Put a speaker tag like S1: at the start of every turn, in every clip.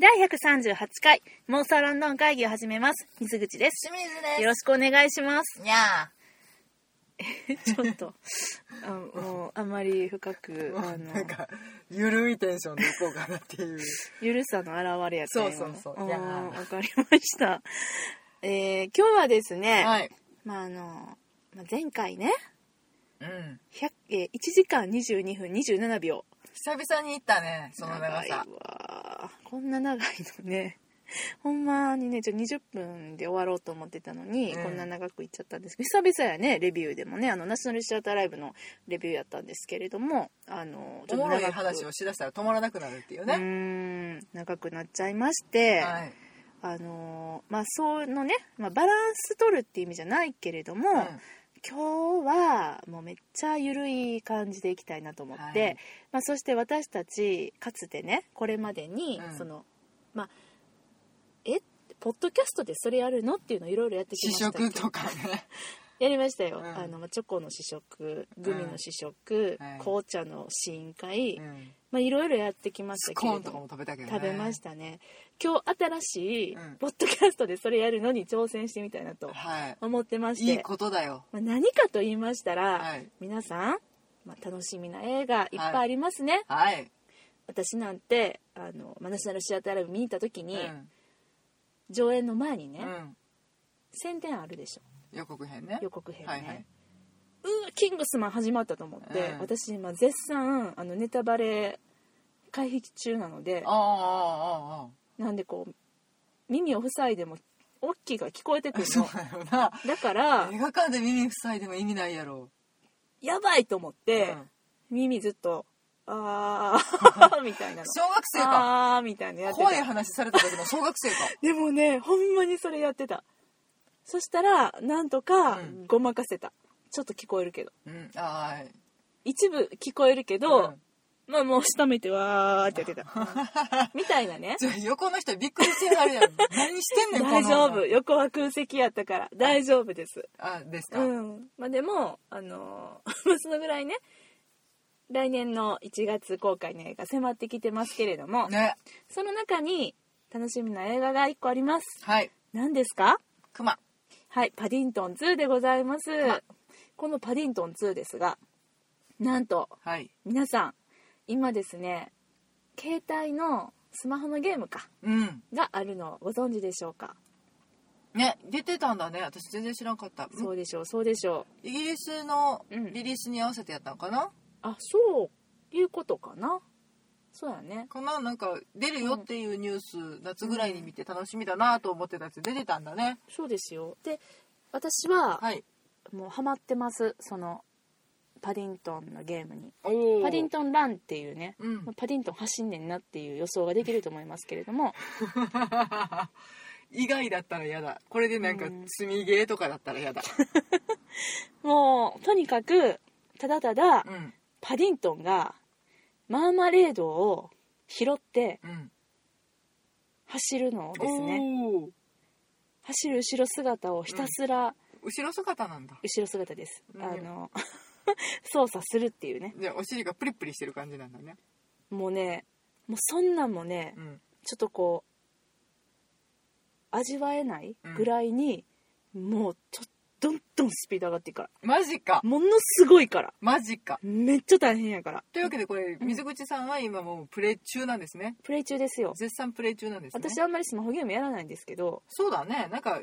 S1: 第138回、モンスターランドン会議を始めます。水口です。
S2: 清水です。
S1: よろしくお願いし ます。
S2: にゃ
S1: ちょっと、あもう、あんまり深く、
S2: ー
S1: あの
S2: な、んか、ゆるいテンションでいこうかなっていう。
S1: ゆるさの表れやったよ
S2: そうそうそう
S1: ーん
S2: いや
S1: わかりました。えー、今日はですね、
S2: はい。
S1: まあ、あの、まあ前回ね、
S2: うん。
S1: 100えー1時間22分27秒。
S2: 久々に行ったね、その長
S1: 長い
S2: さ。
S1: わーこんな長いのね ほんまにねちょ20分で終わろうと思ってたのに、
S2: うん
S1: こんな長くいっちゃったんですけど久々やねレビューでもねあのナショナルシアターライブのレビューやったんですけれどもあの
S2: おもろい
S1: 長く
S2: 話をしだしたら止まらなくなるっていう
S1: うー
S2: ね。
S1: ん長くなっちゃいまして、
S2: はい。
S1: あのまあそのね、まあ、バランス取るって意味じゃないけれども、
S2: う
S1: 今日はもうめっちゃゆるい感じでいきたいなと思って、
S2: はい
S1: まあ、そして私たちかつてねこれまでに、
S2: うん
S1: そのまあえポッドキャストでそれやるのっていうのをいろいろやって
S2: ん。
S1: きま
S2: 試
S1: したけど
S2: 食とかね。
S1: やりましたよ、
S2: うん
S1: あのまあチョコの試食グミの試食、
S2: うんはい
S1: 紅茶の試飲会、
S2: うん。
S1: まあいろいろやってきまし
S2: ス
S1: たけ
S2: コ
S1: れ
S2: ーンと
S1: ど
S2: かも
S1: も
S2: 食べたけどね。。
S1: 食べましたたね今日新しい
S2: うん
S1: ポッドキャストでそれやるのに挑戦してみたいなと
S2: はい。
S1: 思ってまして
S2: いいことだよ。
S1: まあ、何かと言いましたら、
S2: はい
S1: 皆さん、まあ、楽しみな映画いっぱいありますね、
S2: はい。
S1: 私なんてあのまあナショナルシアターライブ見に行った時
S2: う
S1: に、
S2: ん。
S1: 上演の前にね、
S2: うん。
S1: 宣伝あるでしょ
S2: 予告編ね。
S1: 予告編ね、
S2: はいはいう
S1: ーキングスマン始まったと思って、
S2: うん
S1: 私今絶賛あのネタバレ回避中なので
S2: ああ、ああ、ああ。
S1: なんでこう耳を塞いでもオッキーが聞こえてくる
S2: そう
S1: の
S2: だよな。
S1: だから
S2: 映画館で耳塞いでも意味ないやろ。
S1: やばいと思っ
S2: う
S1: て、
S2: ん
S1: 耳ずっと「あ ー」みたいなの
S2: 小学生か。
S1: ああーみたいなやって
S2: 怖い
S1: た
S2: 話された時の小学生か。
S1: でもねほんまにそれやってたそしたらなんとか
S2: うん
S1: ごまかせた、ちょっと聞こえるけど
S2: うん。はい。
S1: 一部聞こえるけど、
S2: うん
S1: まあもう下めてわーってやってた みたいなね
S2: じゃあ横の人びっくりしてはる やん。何してんねん、こ
S1: 大
S2: の。
S1: 丈夫。横は空席やったから大丈夫です
S2: あ、ですか。
S1: う
S2: うん。
S1: んまあでもあのー まあそのぐらいね来年の1月公開の映画迫ってきてますけれども、
S2: ね。
S1: その中に楽しみな映画が1個あります
S2: はい。
S1: 何ですか
S2: 熊。
S1: はい、パディントン2でございます。このパディントン2ですが、なんと、
S2: はい。
S1: 皆さん、今ですね、携帯のスマホのゲームか、
S2: うん。
S1: があるのをご存知でしょうか
S2: ね、出てたんだね。私全然知らんかった。
S1: そうでしょう、そうでしょ
S2: イギリスの
S1: うん
S2: リリースに合わせてやったのかな、
S1: う。あ、そういうことかな。そうやね。
S2: かななんか、出るよっていうニュース、夏ぐらいに見て楽しみだなと思ってたやつ出てたんだね。
S1: そうですよ。で、私は、
S2: はい。
S1: もうハマってます、その、パディントンのゲームに。
S2: お
S1: パディントンランっていうね、
S2: うん
S1: まあ。パディントン走んねんなっていう予想ができると思いますけれども、
S2: 以外だったら嫌だ。これでなんか
S1: うん、
S2: 積みゲーとかだったら嫌だ。
S1: もうとにかくただただ
S2: うん。
S1: パディントンがマーマレードを拾って
S2: うん。
S1: 走るのをですね
S2: おー
S1: 走る後ろ姿をひたすら
S2: 後ろ姿なんだ。
S1: 後ろ姿です、
S2: うん
S1: あの 操作するっていうね
S2: じゃあお尻がプリプリしてる感じなんだね。
S1: もうねもうそんなんもね
S2: うん。
S1: ちょっとこう味わえないぐらいに、もうちょどんどんスピード上がっていくか。
S2: マジから
S1: ものすごいから
S2: マジか。
S1: めっちゃ大変やから
S2: というわけでこれ、
S1: うん
S2: 水口さんは今もうプレイ中なんですね。
S1: プレイ中ですよ
S2: 絶賛プレイ中なんですね。
S1: 私あんまりスマホゲームやらないんですけど
S2: そうだね。なんか、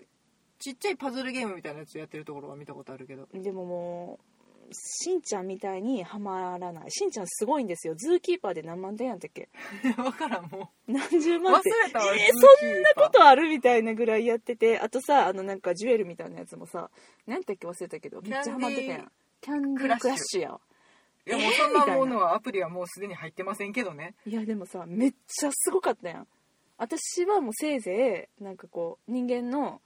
S2: ちっちゃいパズルゲームみたいなやつやってるところは見たことあるけど。
S1: でももうしんちゃんみたいにはまらないしんちゃんすごいんですよズーキーパーで何万点やったっけ
S2: わからん、も
S1: 何十
S2: う。
S1: 万
S2: 忘
S1: 点
S2: れたわ。
S1: えー
S2: そんな
S1: そんなことあるみたいなぐらいやっててあとさあのなんかジュエルみたいなやつもさ何だっけ忘れたけどめっちゃハマってたやんキャンディークラッシュやわ
S2: いや、もう
S1: えー
S2: そん
S1: み
S2: な
S1: たいな
S2: ものはアプリはもうすでに入ってませんけどね。
S1: いやでもさめっちゃすごかったやん私はもうせいぜいなんかこう人間の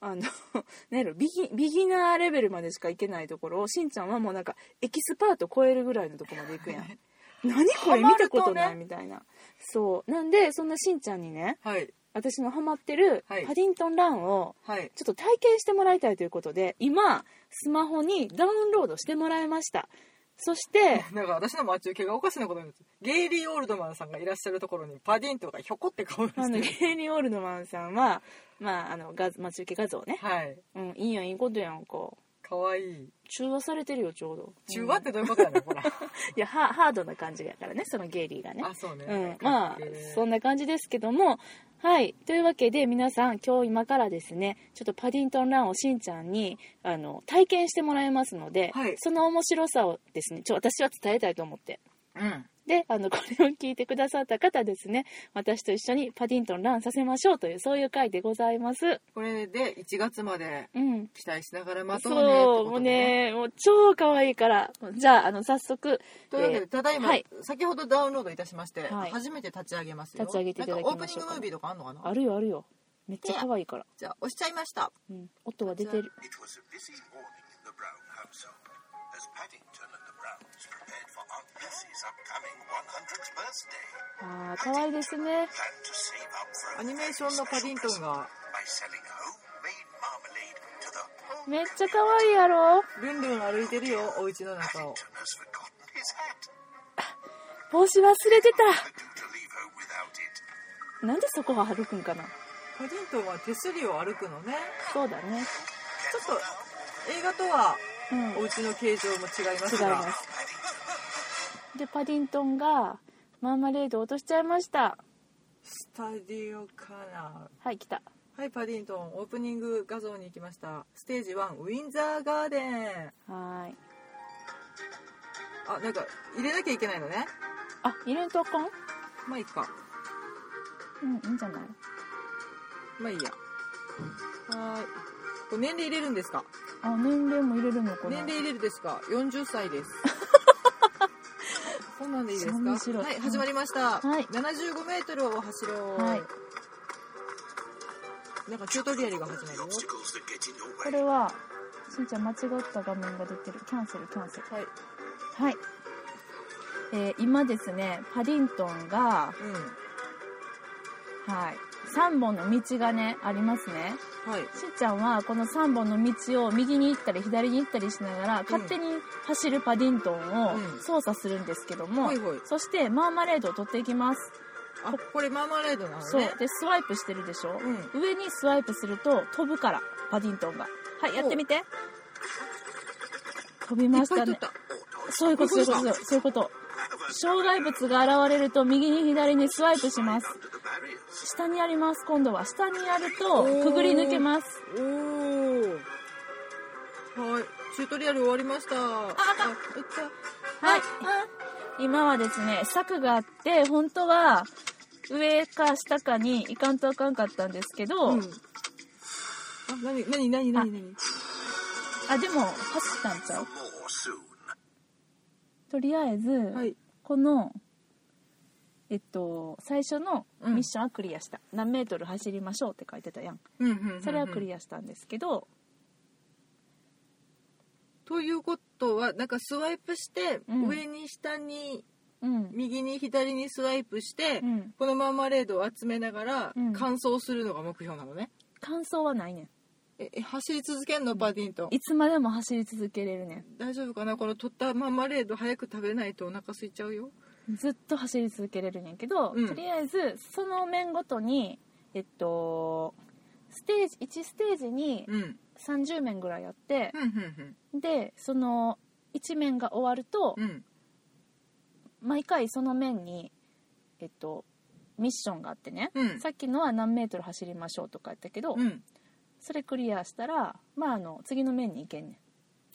S1: あの なんやろビギビギナーレベルまでしか行けないところをしんちゃんはもうなんかエキスパート超えるぐらいのとこまで行くやん何これ
S2: ハマ
S1: 見
S2: る
S1: た
S2: と
S1: ことない
S2: ね
S1: みたいな、そうなんでそんなしんちゃんにね
S2: はい。
S1: 私のハマってる
S2: はい
S1: パディントンランを
S2: はい。
S1: ちょっと体験してもらいたいということで今スマホにダウンロードしてもらいましたそ して
S2: なんか私の待ち受けがおかしなことになってるゲイリー・オールドマンさんがいらっしゃるところにパディントがひょこって顔出
S1: あ
S2: し
S1: の
S2: て
S1: ゲ
S2: る
S1: イリー・オールドマンさんは、まあ、あの画待ち受け画像ね、
S2: はい
S1: うん、いいやんいいことやんか
S2: かわいい
S1: 中和されてるよちょうど
S2: 中和ってどういうことやねんほら
S1: いやハハードな感じやからねそのゲイリーがね
S2: あそうね、
S1: うん、まあそ
S2: ん
S1: んな感じですけどもはいというわけで皆さん今日今からですねちょっとパディントンランをしんちゃんにあの体験してもらいますので、
S2: はい
S1: その面白さをですねちょ私は伝えたいと思って
S2: うん
S1: であの これを聞いてくださった方ですね私と一緒にパディントンランさせましょうというそういう回でございます
S2: これで1月まで
S1: うん
S2: 期待しながら待とうねって
S1: そう
S2: こ
S1: も
S2: と
S1: う
S2: ね
S1: ねもう超可愛いからじゃああの早速
S2: というわけで、ただいま、
S1: はい
S2: 先ほどダウンロードいたしまして、
S1: はい
S2: 初めて立ち上げますよ
S1: 立ち上げていただきましょうか
S2: なんかオープニングムービーとかあんのか
S1: あ
S2: な
S1: るよあるよめっちゃ可愛いから、
S2: じゃあ押しちゃいました
S1: うん、音は出てる
S3: It was a busy morning in the Brown household as Paddington and the Browns prepared for Aunt Bessie's upcoming 100th birthday.
S1: あー可愛いですね
S3: Planned to save up for a
S2: アニメーションのパディン
S3: special
S2: トン
S3: present
S2: が
S3: by selling homemade marmalade to the whole
S1: めっちゃ可愛いやろ
S2: ルンルン歩いてるよお家の中を
S3: Paddington has forgotten his hat.
S1: 帽子忘れて
S3: I do to leave home without it.
S1: たなんでそこは歩くんかな
S2: パディントンは手すりを歩くのね
S1: そうだね
S2: ちょっと映画とは
S1: うん
S2: お家の形状も違います
S1: 違い
S2: が
S1: ますでパディントンがマーマレードを落としちゃいました
S2: スタディオカナ
S1: はい来た
S2: はいパディントンオープニング画像に行きましたステージ1ウィンザーガーデン
S1: はーい
S2: あなんか入れなきゃいけないのね
S1: あ入れんとあかん
S2: まあいいか
S1: うんいいんじゃない
S2: まあいいやはーいこれ年齢入れるんですか
S1: あ年齢も入れるのかな
S2: 年齢入れるですか40歳ですそんなんでいいです
S1: 面
S2: か
S1: 白い
S2: はい始まりました、
S1: はい
S2: 75メートルを走ろう、
S1: はい
S2: なんかチュートリアルが始まるよ
S3: Obstacles that get in your
S1: こ
S3: way.
S1: れはしんちゃん間違った画面が出てるキャンセルキャンセル
S2: はい
S1: はい、えー今ですねパディントンが
S2: う
S1: はい3本の道がねありますね
S2: んはい
S1: しーちゃんはこの3本の道を右に行ったり左に行ったりしながら勝手に走るパディントン
S2: うん
S1: を操作するんですけども、
S2: ほいほい
S1: そしてマーマレードを取っていきます、
S2: あこれマーマレードなの
S1: そう
S2: ね
S1: でスワイプしてるでしょ、
S2: う
S1: 上にスワイプすると飛ぶからパディントンがはいやってみて飛びま
S2: いっ
S1: し
S2: ぱ
S1: た
S2: い取
S1: ね
S2: った
S1: そういうことそういうこ
S2: こういうこと
S1: とそういうこと障害物が現れると右に左にスワイプします下にあります今度は下にやるとくぐり抜けます
S2: おおはいチュートリアル終わりましたああ
S1: かん
S2: いった
S1: はい今はですね柵があって本当は上か下かに行かんとあかんかったんですけど、
S2: うんあ何何何何何
S1: あでも走ったんちゃう
S3: More soon.
S1: とりあえず、
S2: はい
S1: このえっと最初のミッションはクリアした、何メートル走りましょうって書いてたやん
S2: うんうんうんうん
S1: それはクリアしたんですけど、
S2: ということはなんかスワイプして、
S1: うん
S2: 上に下に
S1: うん
S2: 右に左にスワイプして、
S1: うん
S2: このマーマレードを集めながら
S1: うん
S2: 完走するのが目標なのね、
S1: 感想はないねん
S2: ええ走り続けんのパディントン
S1: いつまでも走り続けれるね
S2: 大丈夫かなこの取ったマーマレード早く食べないとお腹空いちゃうよ
S1: んずっと走り続けれるんやけど、
S2: うん
S1: とりあえずその面ごとにえっとステージ1ステージに
S2: うんうん
S1: 30面ぐらいあって
S2: う、ん
S1: でその1面が終わると、
S2: うんうん
S1: 毎回その面にえっとミッションがあってね、
S2: うん
S1: さっきのは何メートル走りましょうとかやったけど、
S2: うん
S1: それクリアしたらまああの次の面に行けんね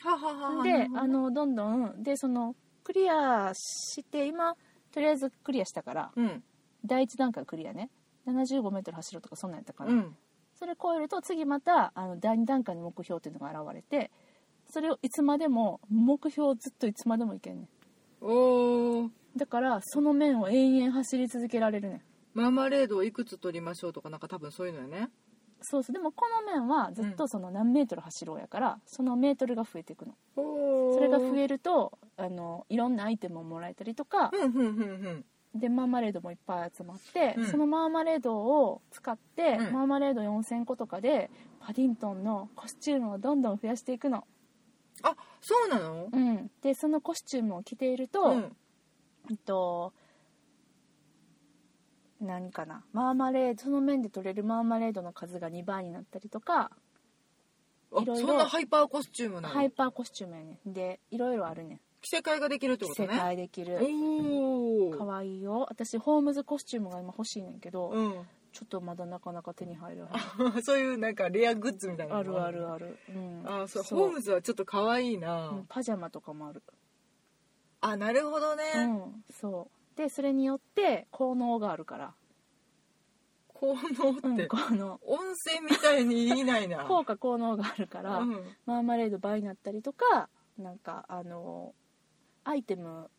S2: はあはあはあ
S1: ん
S2: はあ
S1: で
S2: なるほど
S1: あのどんどんでそのクリアして今とりあえずクリアしたから、
S2: うん
S1: 第一段階クリアね7 5メートル走るとかそんなんやったかな、
S2: うん
S1: それ超えると次またあの第二段階の目標っていうのが現れてそれをいつまでも目標をずっといつまでもいけんね
S2: おー
S1: んだからその面を延々走り続けられるねん
S2: マーマレードをいくつ取りましょうとかなんか多分そういうのよね
S1: そうそうでもこの面はずっとその何メートル走ろうやから、そのメートルが増えていくの
S2: そ
S1: それが増えるとあのいろんなアイテムをもらえたりとか、
S2: うんうんうん
S1: でマーマレードもいっぱい集まって、
S2: うん
S1: そのマーマレードを使って、
S2: うん
S1: マーマレード4000個とかでパディントンのコスチュームをどんどん増やしていくの
S2: あそうなの
S1: うん、でそのコスチュームを着ていると、
S2: うん
S1: えっと何かなマーマレードその面で取れるマーマレードの数が2倍になったりとか
S2: あ
S1: いろいろ
S2: そんなハイパーコスチュームなの、
S1: ハイパーコスチュームやねんでいろいろあるねん
S2: 着せ替えができるって
S1: 着
S2: こと
S1: せ
S2: ね
S1: 替えできる
S2: お
S1: か
S2: お
S1: わいいよ私ホームズコスチュームが今欲しいねんけど、
S2: うん
S1: ちょっとまだなかなか手に入らない
S2: そういうなんかレアグッズみたいな
S1: あ
S2: の
S1: る
S2: も
S1: あるある、うん、
S2: あそうホームズはちょっと可愛いな、
S1: うんパジャマとかもある
S2: あなるほどね、
S1: うんそうでそれによって効能があるから、
S2: 効
S1: う
S2: 能っ
S1: ん
S2: て、
S1: 効能
S2: 温泉みたいにいない な
S1: 効果効能があるから、
S2: うん
S1: マーマレード倍になったりとかなんかあのアイテム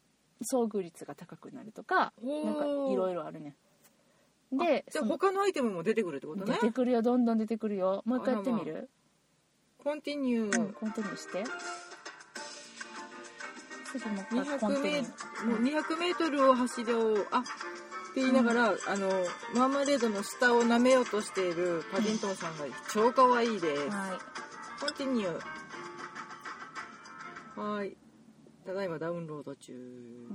S1: 遭遇率が高くなるとか
S2: ほー
S1: なんかいろいろあるねで
S2: じゃ
S1: そ
S2: あ
S1: の
S2: 他のアイテムも出てくるってこと
S1: 出
S2: ね
S1: てくるよどんどん出てくるよもう一回やってみる、
S2: コンティニュ
S1: うん、
S2: ー
S1: コンティニューしてすぐもう一回コンテ
S2: 200メ
S1: ィニュ
S2: ー
S1: ー
S2: もう200メートルを走りをあって言いながら、あのマーマレードの下を舐めようとしているパディントンさんが超可愛いです、
S1: はい
S2: コンティニューはーいただいまダウンロード中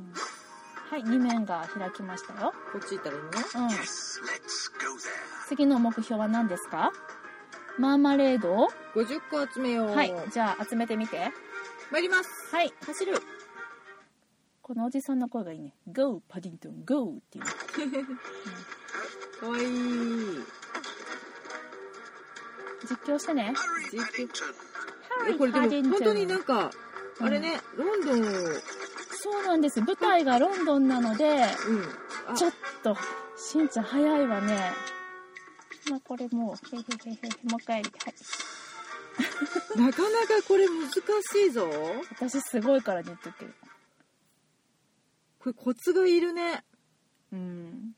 S1: はい、2面が開きましたよ。
S2: こっち行ったらいいのね
S1: うん。
S3: Yes, let's go there.
S1: 次の目標は何ですかマーマレードを
S2: 50個集めよう
S1: はい、じゃあ集めてみて。
S2: 参ります
S1: はい、走る。このおじさんの声がいいね。Go, パディントン、Go っていう。
S2: かわいい
S1: 実況してね。
S3: Hurry,
S2: Did you-
S3: Paddington.
S2: えこれでも本当に
S1: な
S2: なんかあれね、ロンドンをうん
S1: そうなんです。舞台がロンドンなので、
S2: あ
S1: ちょっと、しんちゃん早いわね。まあこれもう、へへへへへ、もう一回、はい。
S2: なかなかこれ難しいぞ
S1: 私すごいからね、言っとくけど。
S2: これコツがいるね
S1: うん。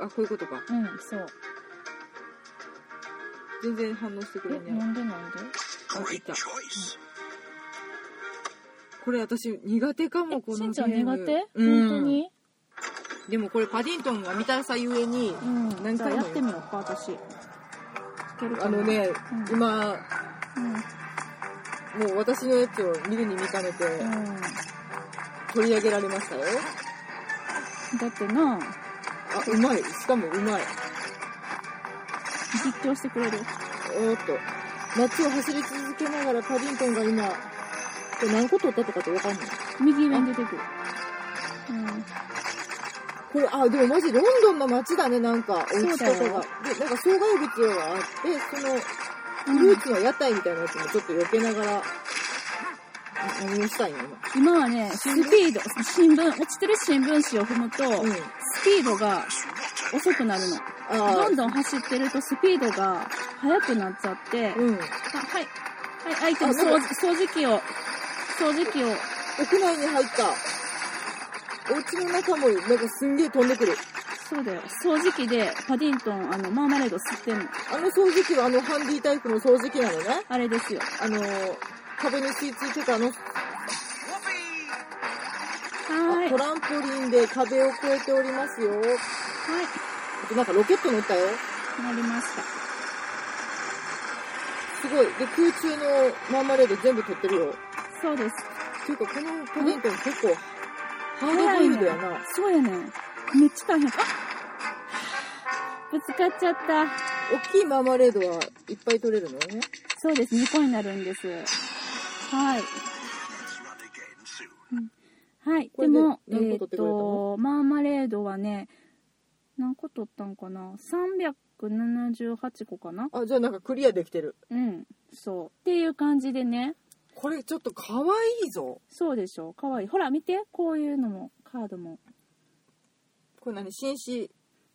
S2: あこういうことか
S1: うん、そう。
S2: 全然反応してくれ
S1: え、な
S2: ない
S1: んでなんで
S2: あい
S3: Great
S2: た
S3: choice.
S2: これ私苦手かもこの
S1: しんちゃん
S2: ゲーム
S1: 苦手、
S2: う
S1: 本
S2: ん、
S1: 当に
S2: でもこれパディントンが見たさゆえに、
S1: うん
S2: 何回も
S1: じゃあやってみようか私いけるかな
S2: あのね、
S1: うん
S2: 今
S1: うん、
S2: もう私のやつを見るに見かねて
S1: うん、だ
S2: 取り上げられましたよ
S1: ってな
S2: あうまいしかもうまい
S1: 実況してくれる
S2: おーっと夏を走り続けながらパディントンが今これ何個取ったとかって分かんない
S1: 右上に出てくるうん
S2: これあでもマジロンドンの街だねなんかお
S1: うだよ
S2: 家とかがでなんか障害物があってそのフルーツの屋台みたいなやつもちょっと避けながら、あ何をしたいの
S1: 今はねスピード新聞落ちてる新聞紙を踏むと、
S2: 今うん
S1: スピードが遅くなるの
S2: あ
S1: どんどん走ってるとスピードが速くなっちゃって、
S2: あうん
S1: あはいはい相手の
S2: あな
S1: 掃
S2: んか
S1: 除掃除機を掃除機を
S2: 屋内に入ったお家の中もなんかすんげえ飛んでくる
S1: そうだよ掃除機でパディントンあのマーマレード吸ってんの
S2: あの掃除機はあのハンディタイプの掃除機なのね
S1: あれですよ
S2: あのー壁に吸い付いてたあの Mm.
S3: Whoopee!
S1: はーい
S2: トランポリンで壁を越えておりますよ
S1: はい
S2: あとなんかロケット乗ったよ
S1: なりまし
S2: すごい。で、空中のマーマレード全部取ってるよ。
S1: た。そうです。
S2: ていうか、このプレント結構、ハードボイルドやな。
S1: そうやねん。めっちゃ大変。あぶつかっちゃった。
S2: 大きいマーマレードはいっぱい取れるのよね。
S1: そうです。2個になるんです。はい。
S3: Let's run again soon.
S1: はい。
S2: こ
S1: で
S2: れで
S1: も、え
S2: 何
S1: ーって
S2: 個取っくれたの
S1: と、マーマレードはね、何個取ったんかな ?378 個かな
S2: あ、じゃあなんかクリアできてる。
S1: うん。そう。っていう感じでね。
S2: これちょっと可愛いぞ。
S1: そうでしょ。かわいい。ほら、見て。こういうのも、カードも。
S2: これ何紳士。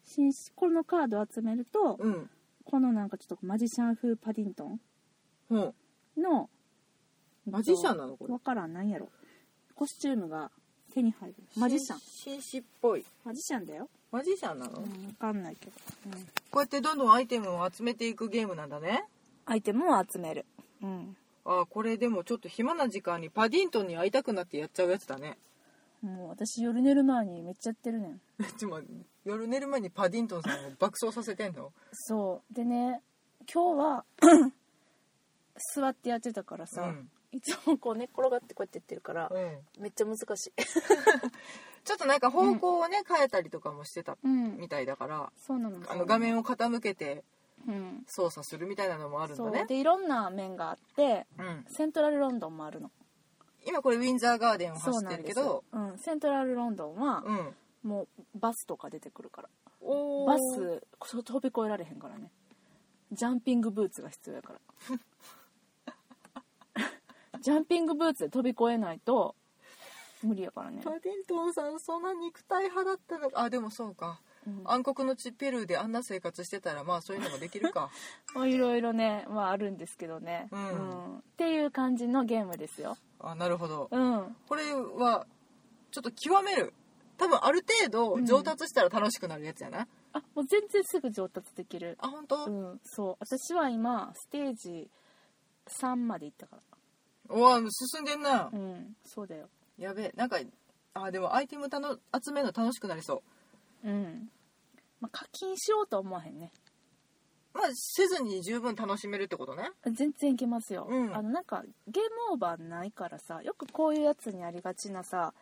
S1: 紳士このカード集めると、
S2: うん。
S1: このなんかちょっとマジシャン風パディントン
S2: うん。
S1: の
S2: マジシャンなのこれ
S1: わ。からんなんやろコスチュームが手に入るマジシャン
S2: 紳士っぽい。
S1: マジシャンだよ、
S2: マジシャンなの、
S1: う
S2: こ
S1: ん、わかんないけど、うん、
S2: うやってどんどんアイテムを集めていくゲームなんだね。
S1: アイテムを集めるうん、
S2: あ、これでもちょっと暇な時間にパディントンに会いたくなってやっちゃうやつだね。
S1: もう私夜寝る前にめっちゃやってるねん
S2: ちょっと待って夜寝る前にパディントンさんを爆走させてんの
S1: そうでね今日は座ってやってたからさ、
S2: うん
S1: いつもこう寝っ転がってこうやってやってるから、
S2: うん
S1: めっちゃ難しい
S2: ちょっとなんか方向をね、変えたりとかもしてた
S1: うん
S2: みたいだから、
S1: そうなの
S2: あの画、面を傾けて
S1: うん、
S2: 操作するみたいなのもあるん
S1: そ
S2: だ
S1: う
S2: ね。
S1: でいろんな面があって
S2: うん、
S1: セントラルロンドンもあるの
S2: 今これウィンザーガーデンを走
S1: そう
S2: っ
S1: な
S2: て
S1: ん
S2: る
S1: で
S2: け
S1: すよ
S2: ど、
S1: うん、セントラルロンドンは
S2: う、ん、
S1: もうバスとか出てくるから
S2: おー
S1: バスそ飛び越えられへんからねジャンピングブーツが必要や からジャンピングブーツで飛び越えないと無理やからね
S2: パ、ディントンさんそんな肉体派だったのかあでもそうか
S1: うん
S2: 暗黒の地ペルーであんな生活してたらまあそういうのもできるか
S1: まあ、いろいろね、まあ、あるんですけどね、
S2: うん
S1: っていう感じのゲームですよ、
S2: あなるほど
S1: うん、
S2: これはちょっと極める多分ある程度上達したら楽しくなるやつやな、
S1: あもう全然すぐ上達できる、
S2: あ本当、
S1: うん、そう私は今ステージ3まで行ったか
S2: うわ進んでんな、
S1: らうんそうだよ
S2: やべえなんかあでもアイテムたの集めるの楽しくなりそ
S1: うん、まあ、課金しようとは思わへんね
S2: うまあせずに十分楽しめるってことね
S1: 全然いけますよ、
S2: うん
S1: あのなんかゲームオーバーないからさよくこういうやつにありがちなさ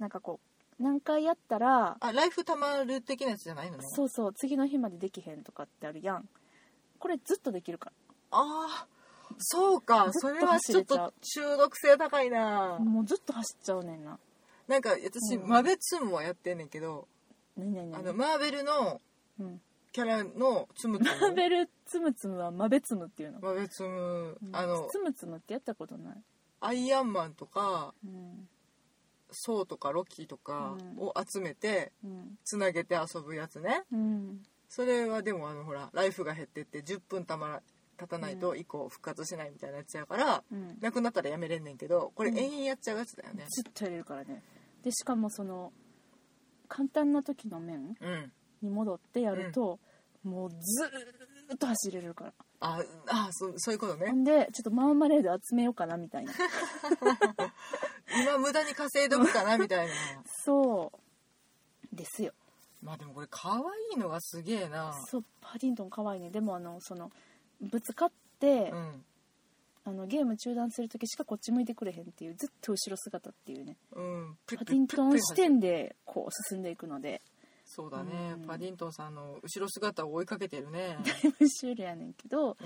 S1: なんかこう何回やったら
S2: あライフたまる的なやつじゃないのね
S1: そうそう次の日までできへんとかってあるやんこれずっとできるか
S2: ああそうか
S1: ず
S2: そ
S1: っ
S2: れ
S1: と
S2: は
S1: 走
S2: ちょっ
S1: れちゃ
S2: と
S1: う
S2: 中毒性高いな
S1: らもうずっと走っちゃうねんな
S2: なんか私、
S1: うん
S2: マベツムはやってんねんけど、
S1: 何何
S2: あ
S1: 何
S2: のマーベルの
S1: うん
S2: キャラのツムツ
S1: マー
S2: ム
S1: ベルつむつむはマベツムっていうの
S2: マベツムあの
S1: つむつむってやったことない、
S2: アイアンマンとか
S1: うん
S2: ソーとかロキとか
S1: うん
S2: を集めて
S1: うん
S2: つなげて遊ぶやつね
S1: うん、
S2: それはでもあのほらライフが減ってって10分たまら経たないと以降復活しないみたいなやつやから、
S1: うん、
S2: なくなったらやめれんねんけどこれ
S1: うん
S2: 永遠やっちゃうやつだよね
S1: ずっとやれるからねでしかもその簡単な時の面
S2: うん
S1: に戻ってやると、もうずーっと走れるから
S2: ああそそういうこと
S1: ほ
S2: ね
S1: んでちょっとマーマレード集めようかなみたいな
S2: 今無駄に稼いどくかなみ たいな
S1: そうですよ
S2: まあでもこれ可愛いのがすげえな
S1: そうパディントン可愛いねでもあのそのぶつかって、
S2: うん
S1: あのゲーム中断する時しかこっち向いてくれへんっていうずっと後ろ姿っていうね
S2: うん、
S1: パディントン視
S2: ん
S1: 点でこう進んでいくので
S2: そうだね、
S1: うん
S2: パディントンさんの後ろ姿を追いかけてる ね、
S1: タイムシュールやねんけど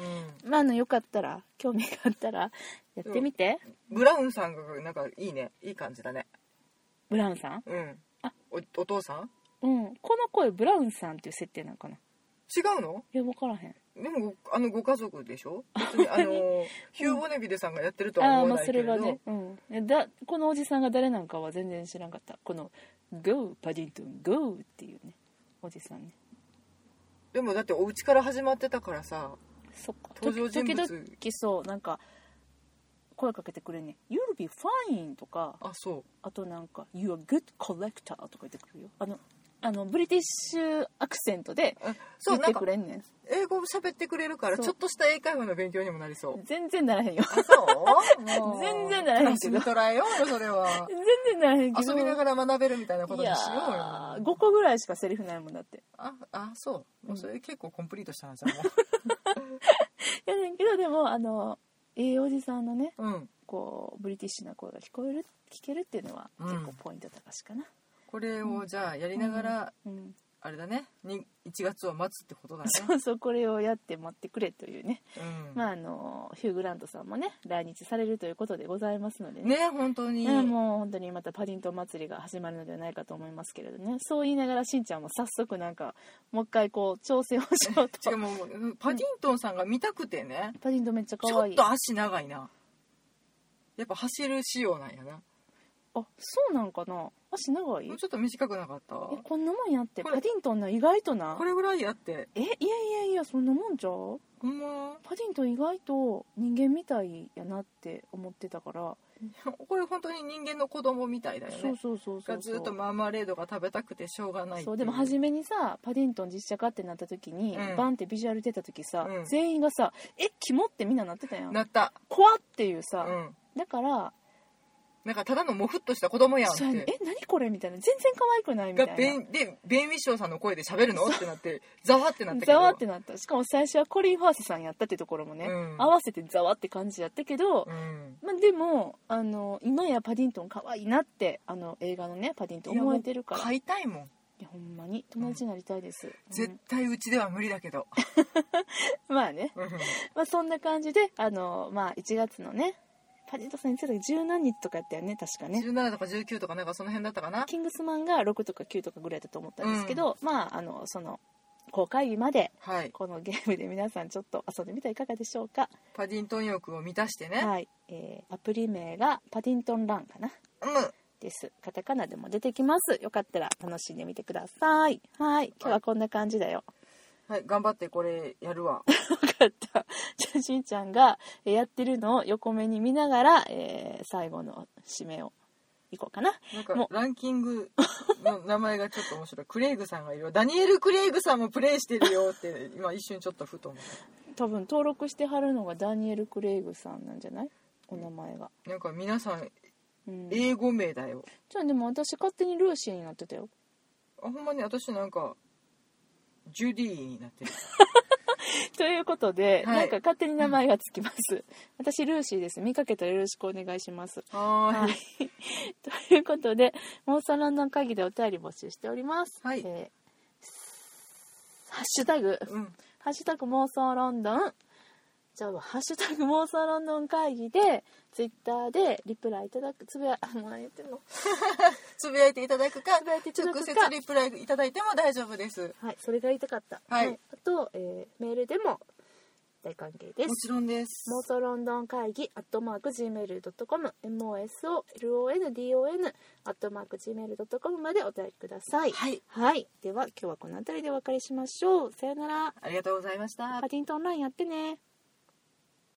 S2: う
S1: まああのよかったら興味があったらやってみて、
S2: ん、ブラウンさんがなんかいいねいい感じだね
S1: ブラウンさん
S2: うん
S1: あ
S2: おお父さん
S1: うんこの声ブラウンさんっていう設定なんかな
S2: 違うの
S1: いや分からへん
S2: でもごあのご家族でしょ別にあのヒュー・ボネビデさんがやってるとは
S1: ああー
S2: 思
S1: ま
S2: わ
S1: あ
S2: ない
S1: そ
S2: けれ
S1: れ
S2: ど、
S1: はね、うんえ、だこのおじさんが誰なんかは全然知らんかったこの「GO パディントン GO」っていうねおじさんね
S2: でもだってお家から始まってたからさ
S1: そっか
S2: 登場人物
S1: 時々そうなんか声かけてくれんね「You'll be fine」とか
S2: あそ
S1: あとなんか「You're a good collector」とか言ってくるよあのあのブリティッシュアクセントで
S2: うあそ
S1: 言
S2: う
S1: っ
S2: なん
S1: て
S2: か
S1: くれんねん
S2: 英語を喋ってくれるから
S1: そう
S2: ちょっとした英会話の勉強にもなりそう
S1: 全然ならへんよ
S2: あ そうもう
S1: 全然ならへんけど
S2: 楽しみ捉えようよそれ は
S1: 全然ならへんけど
S2: 遊びながら学べるみたいなこと
S1: い
S2: にし
S1: や
S2: ようよ
S1: ー5個ぐらいしかセリフないもんだって
S2: ああそうもうそれ結構コンプリートしたなじゃあ
S1: いやねんけどでもあのええおじさんのね
S2: もううん
S1: こうブリティッシュな声が聞こえる聞けるっていうのは
S2: うん
S1: 結構ポイント高しかな、
S2: これをじゃあやりながら、
S1: うん
S2: あれだねに1月を待つってことだね
S1: そうそうこれをやって待ってくれというね、
S2: うん、
S1: まああのヒュー・グラントさんもね来日されるということでございますのでね
S2: ね本当に、
S1: ねもう本当にまたパディントン祭りが始まるのではないかと思いますけれどねそう言いながらしんちゃんも早速なんかもう一回こう挑戦をしよう
S2: し
S1: と
S2: かもうんパディントンさんが見たくてね、
S1: パディントンめっちゃ
S2: ち
S1: 可
S2: ょ
S1: 愛
S2: っ
S1: い
S2: と足長いなやっぱ走る仕様なんやな
S1: あそうなんかな足長い
S2: もうちょっと短くなかった
S1: えこんなもんやって
S2: こ
S1: パ
S2: れ
S1: ディントンな意外とな
S2: これぐらいやって
S1: えいやいやいやそんなもんじゃう
S2: ほんま
S1: パディントン意外と人間みたいやなって思ってたから、
S2: これ本当に人間の子供みたいだよ
S1: そう
S2: ね
S1: そうそうそう
S2: がずっと
S1: そう
S2: マーマレードが食べたくてしょうがないってい
S1: そうでも初めにさパディントン実写化ってなった時に、
S2: うん
S1: バンってビジュアル出た時さ、
S2: うん
S1: 全員がさ「えキモってみんななってたやん
S2: なった
S1: 怖っっていうさ、
S2: うん
S1: だから
S2: なんかただのモフっとした子供やんっ
S1: そうやね
S2: て
S1: え何これみたいな全然可愛くないみた
S2: が
S1: いな
S2: 弁で弁ウィッショーさんの声で喋るのってなってざわってなったけど
S1: ざわってなったしかも最初はコリン・ファースさんやったってところもね、
S2: うん
S1: 合わせてざわって感じやったけど、
S2: うん
S1: まあ、でもあの今やパディントン可愛いなってあの映画のねパディントン思えてるからいや
S2: 買いたいもん
S1: ほんまに友達になりたいです、
S2: 絶対うちでは無理だけど、
S1: うんまあ ね、
S2: うん
S1: まあ、そんな感じであの、まあ、1月のねパディントンさんについて十何日とかやったよね確かね
S2: 17とか19とかなんかその辺だったかな
S1: キングスマンが6とか9とかぐらいだと思ったんですけど、まああのその公開日まで
S2: はい
S1: このゲームで皆さんちょっと遊んでみてはいかがでしょうか
S2: パディントン欲を満たしてね、
S1: はい、えーアプリ名がパディントンランかな
S2: うん
S1: ですカタカナでも出てきますよかったら楽しんでみてくださいはい今日はこんな感じだよ
S2: はい、頑張ってこれやるわ。
S1: 分かったじゃあしんちゃんがえーやってるのを横目に見ながら、えー最後の締めをいこうかな
S2: なんか
S1: も
S2: ランキングの名前がちょっと面白い。クレイグさんがいるよ。ダニエル・クレイグさんもプレイしてるよって、今一瞬ちょっとふと思っ
S1: 多分登録してはるのがダニエル・クレイグさんなんじゃないお名前が、
S2: た。なんか皆さん、
S1: うん、じ
S2: 英語名だよ。
S1: ゃあでも私勝手にルーシーになってたよ
S2: あ、ほんまに私なんか、ジュディになってる。
S1: ということで、
S2: はい
S1: なんか勝手に名前がつきます、私ルーシーです見かけたらよろしくお願いします
S2: はー。
S1: はいい、ということで妄想ロンドン会議でお便り募集しております、
S2: はい
S1: えーハッシュタグ
S2: うん。
S1: ハッシュタグ妄想ロンドンじゃあハッシュタグ妄想ロンドン会議でツイッターでリプライいただくつぶやもう言ってんの
S2: つぶやいていただくか、
S1: つぶやいていただくか
S2: 直接リプライいただいても大丈夫です。
S1: はいそれが言いたかった
S2: はい
S1: あと、えーメールでも大歓迎で
S2: も
S1: す
S2: ちろんです。
S1: 妄想ロンドン会議アットマーク Gmail.com MOSOLONDON アットマーク Gmail.com までお便りください
S2: はい。
S1: はい、では今日はこの辺りでお別れしましょう。さよなら。
S2: ありがとうございました
S1: パ。ディントンラインやってね。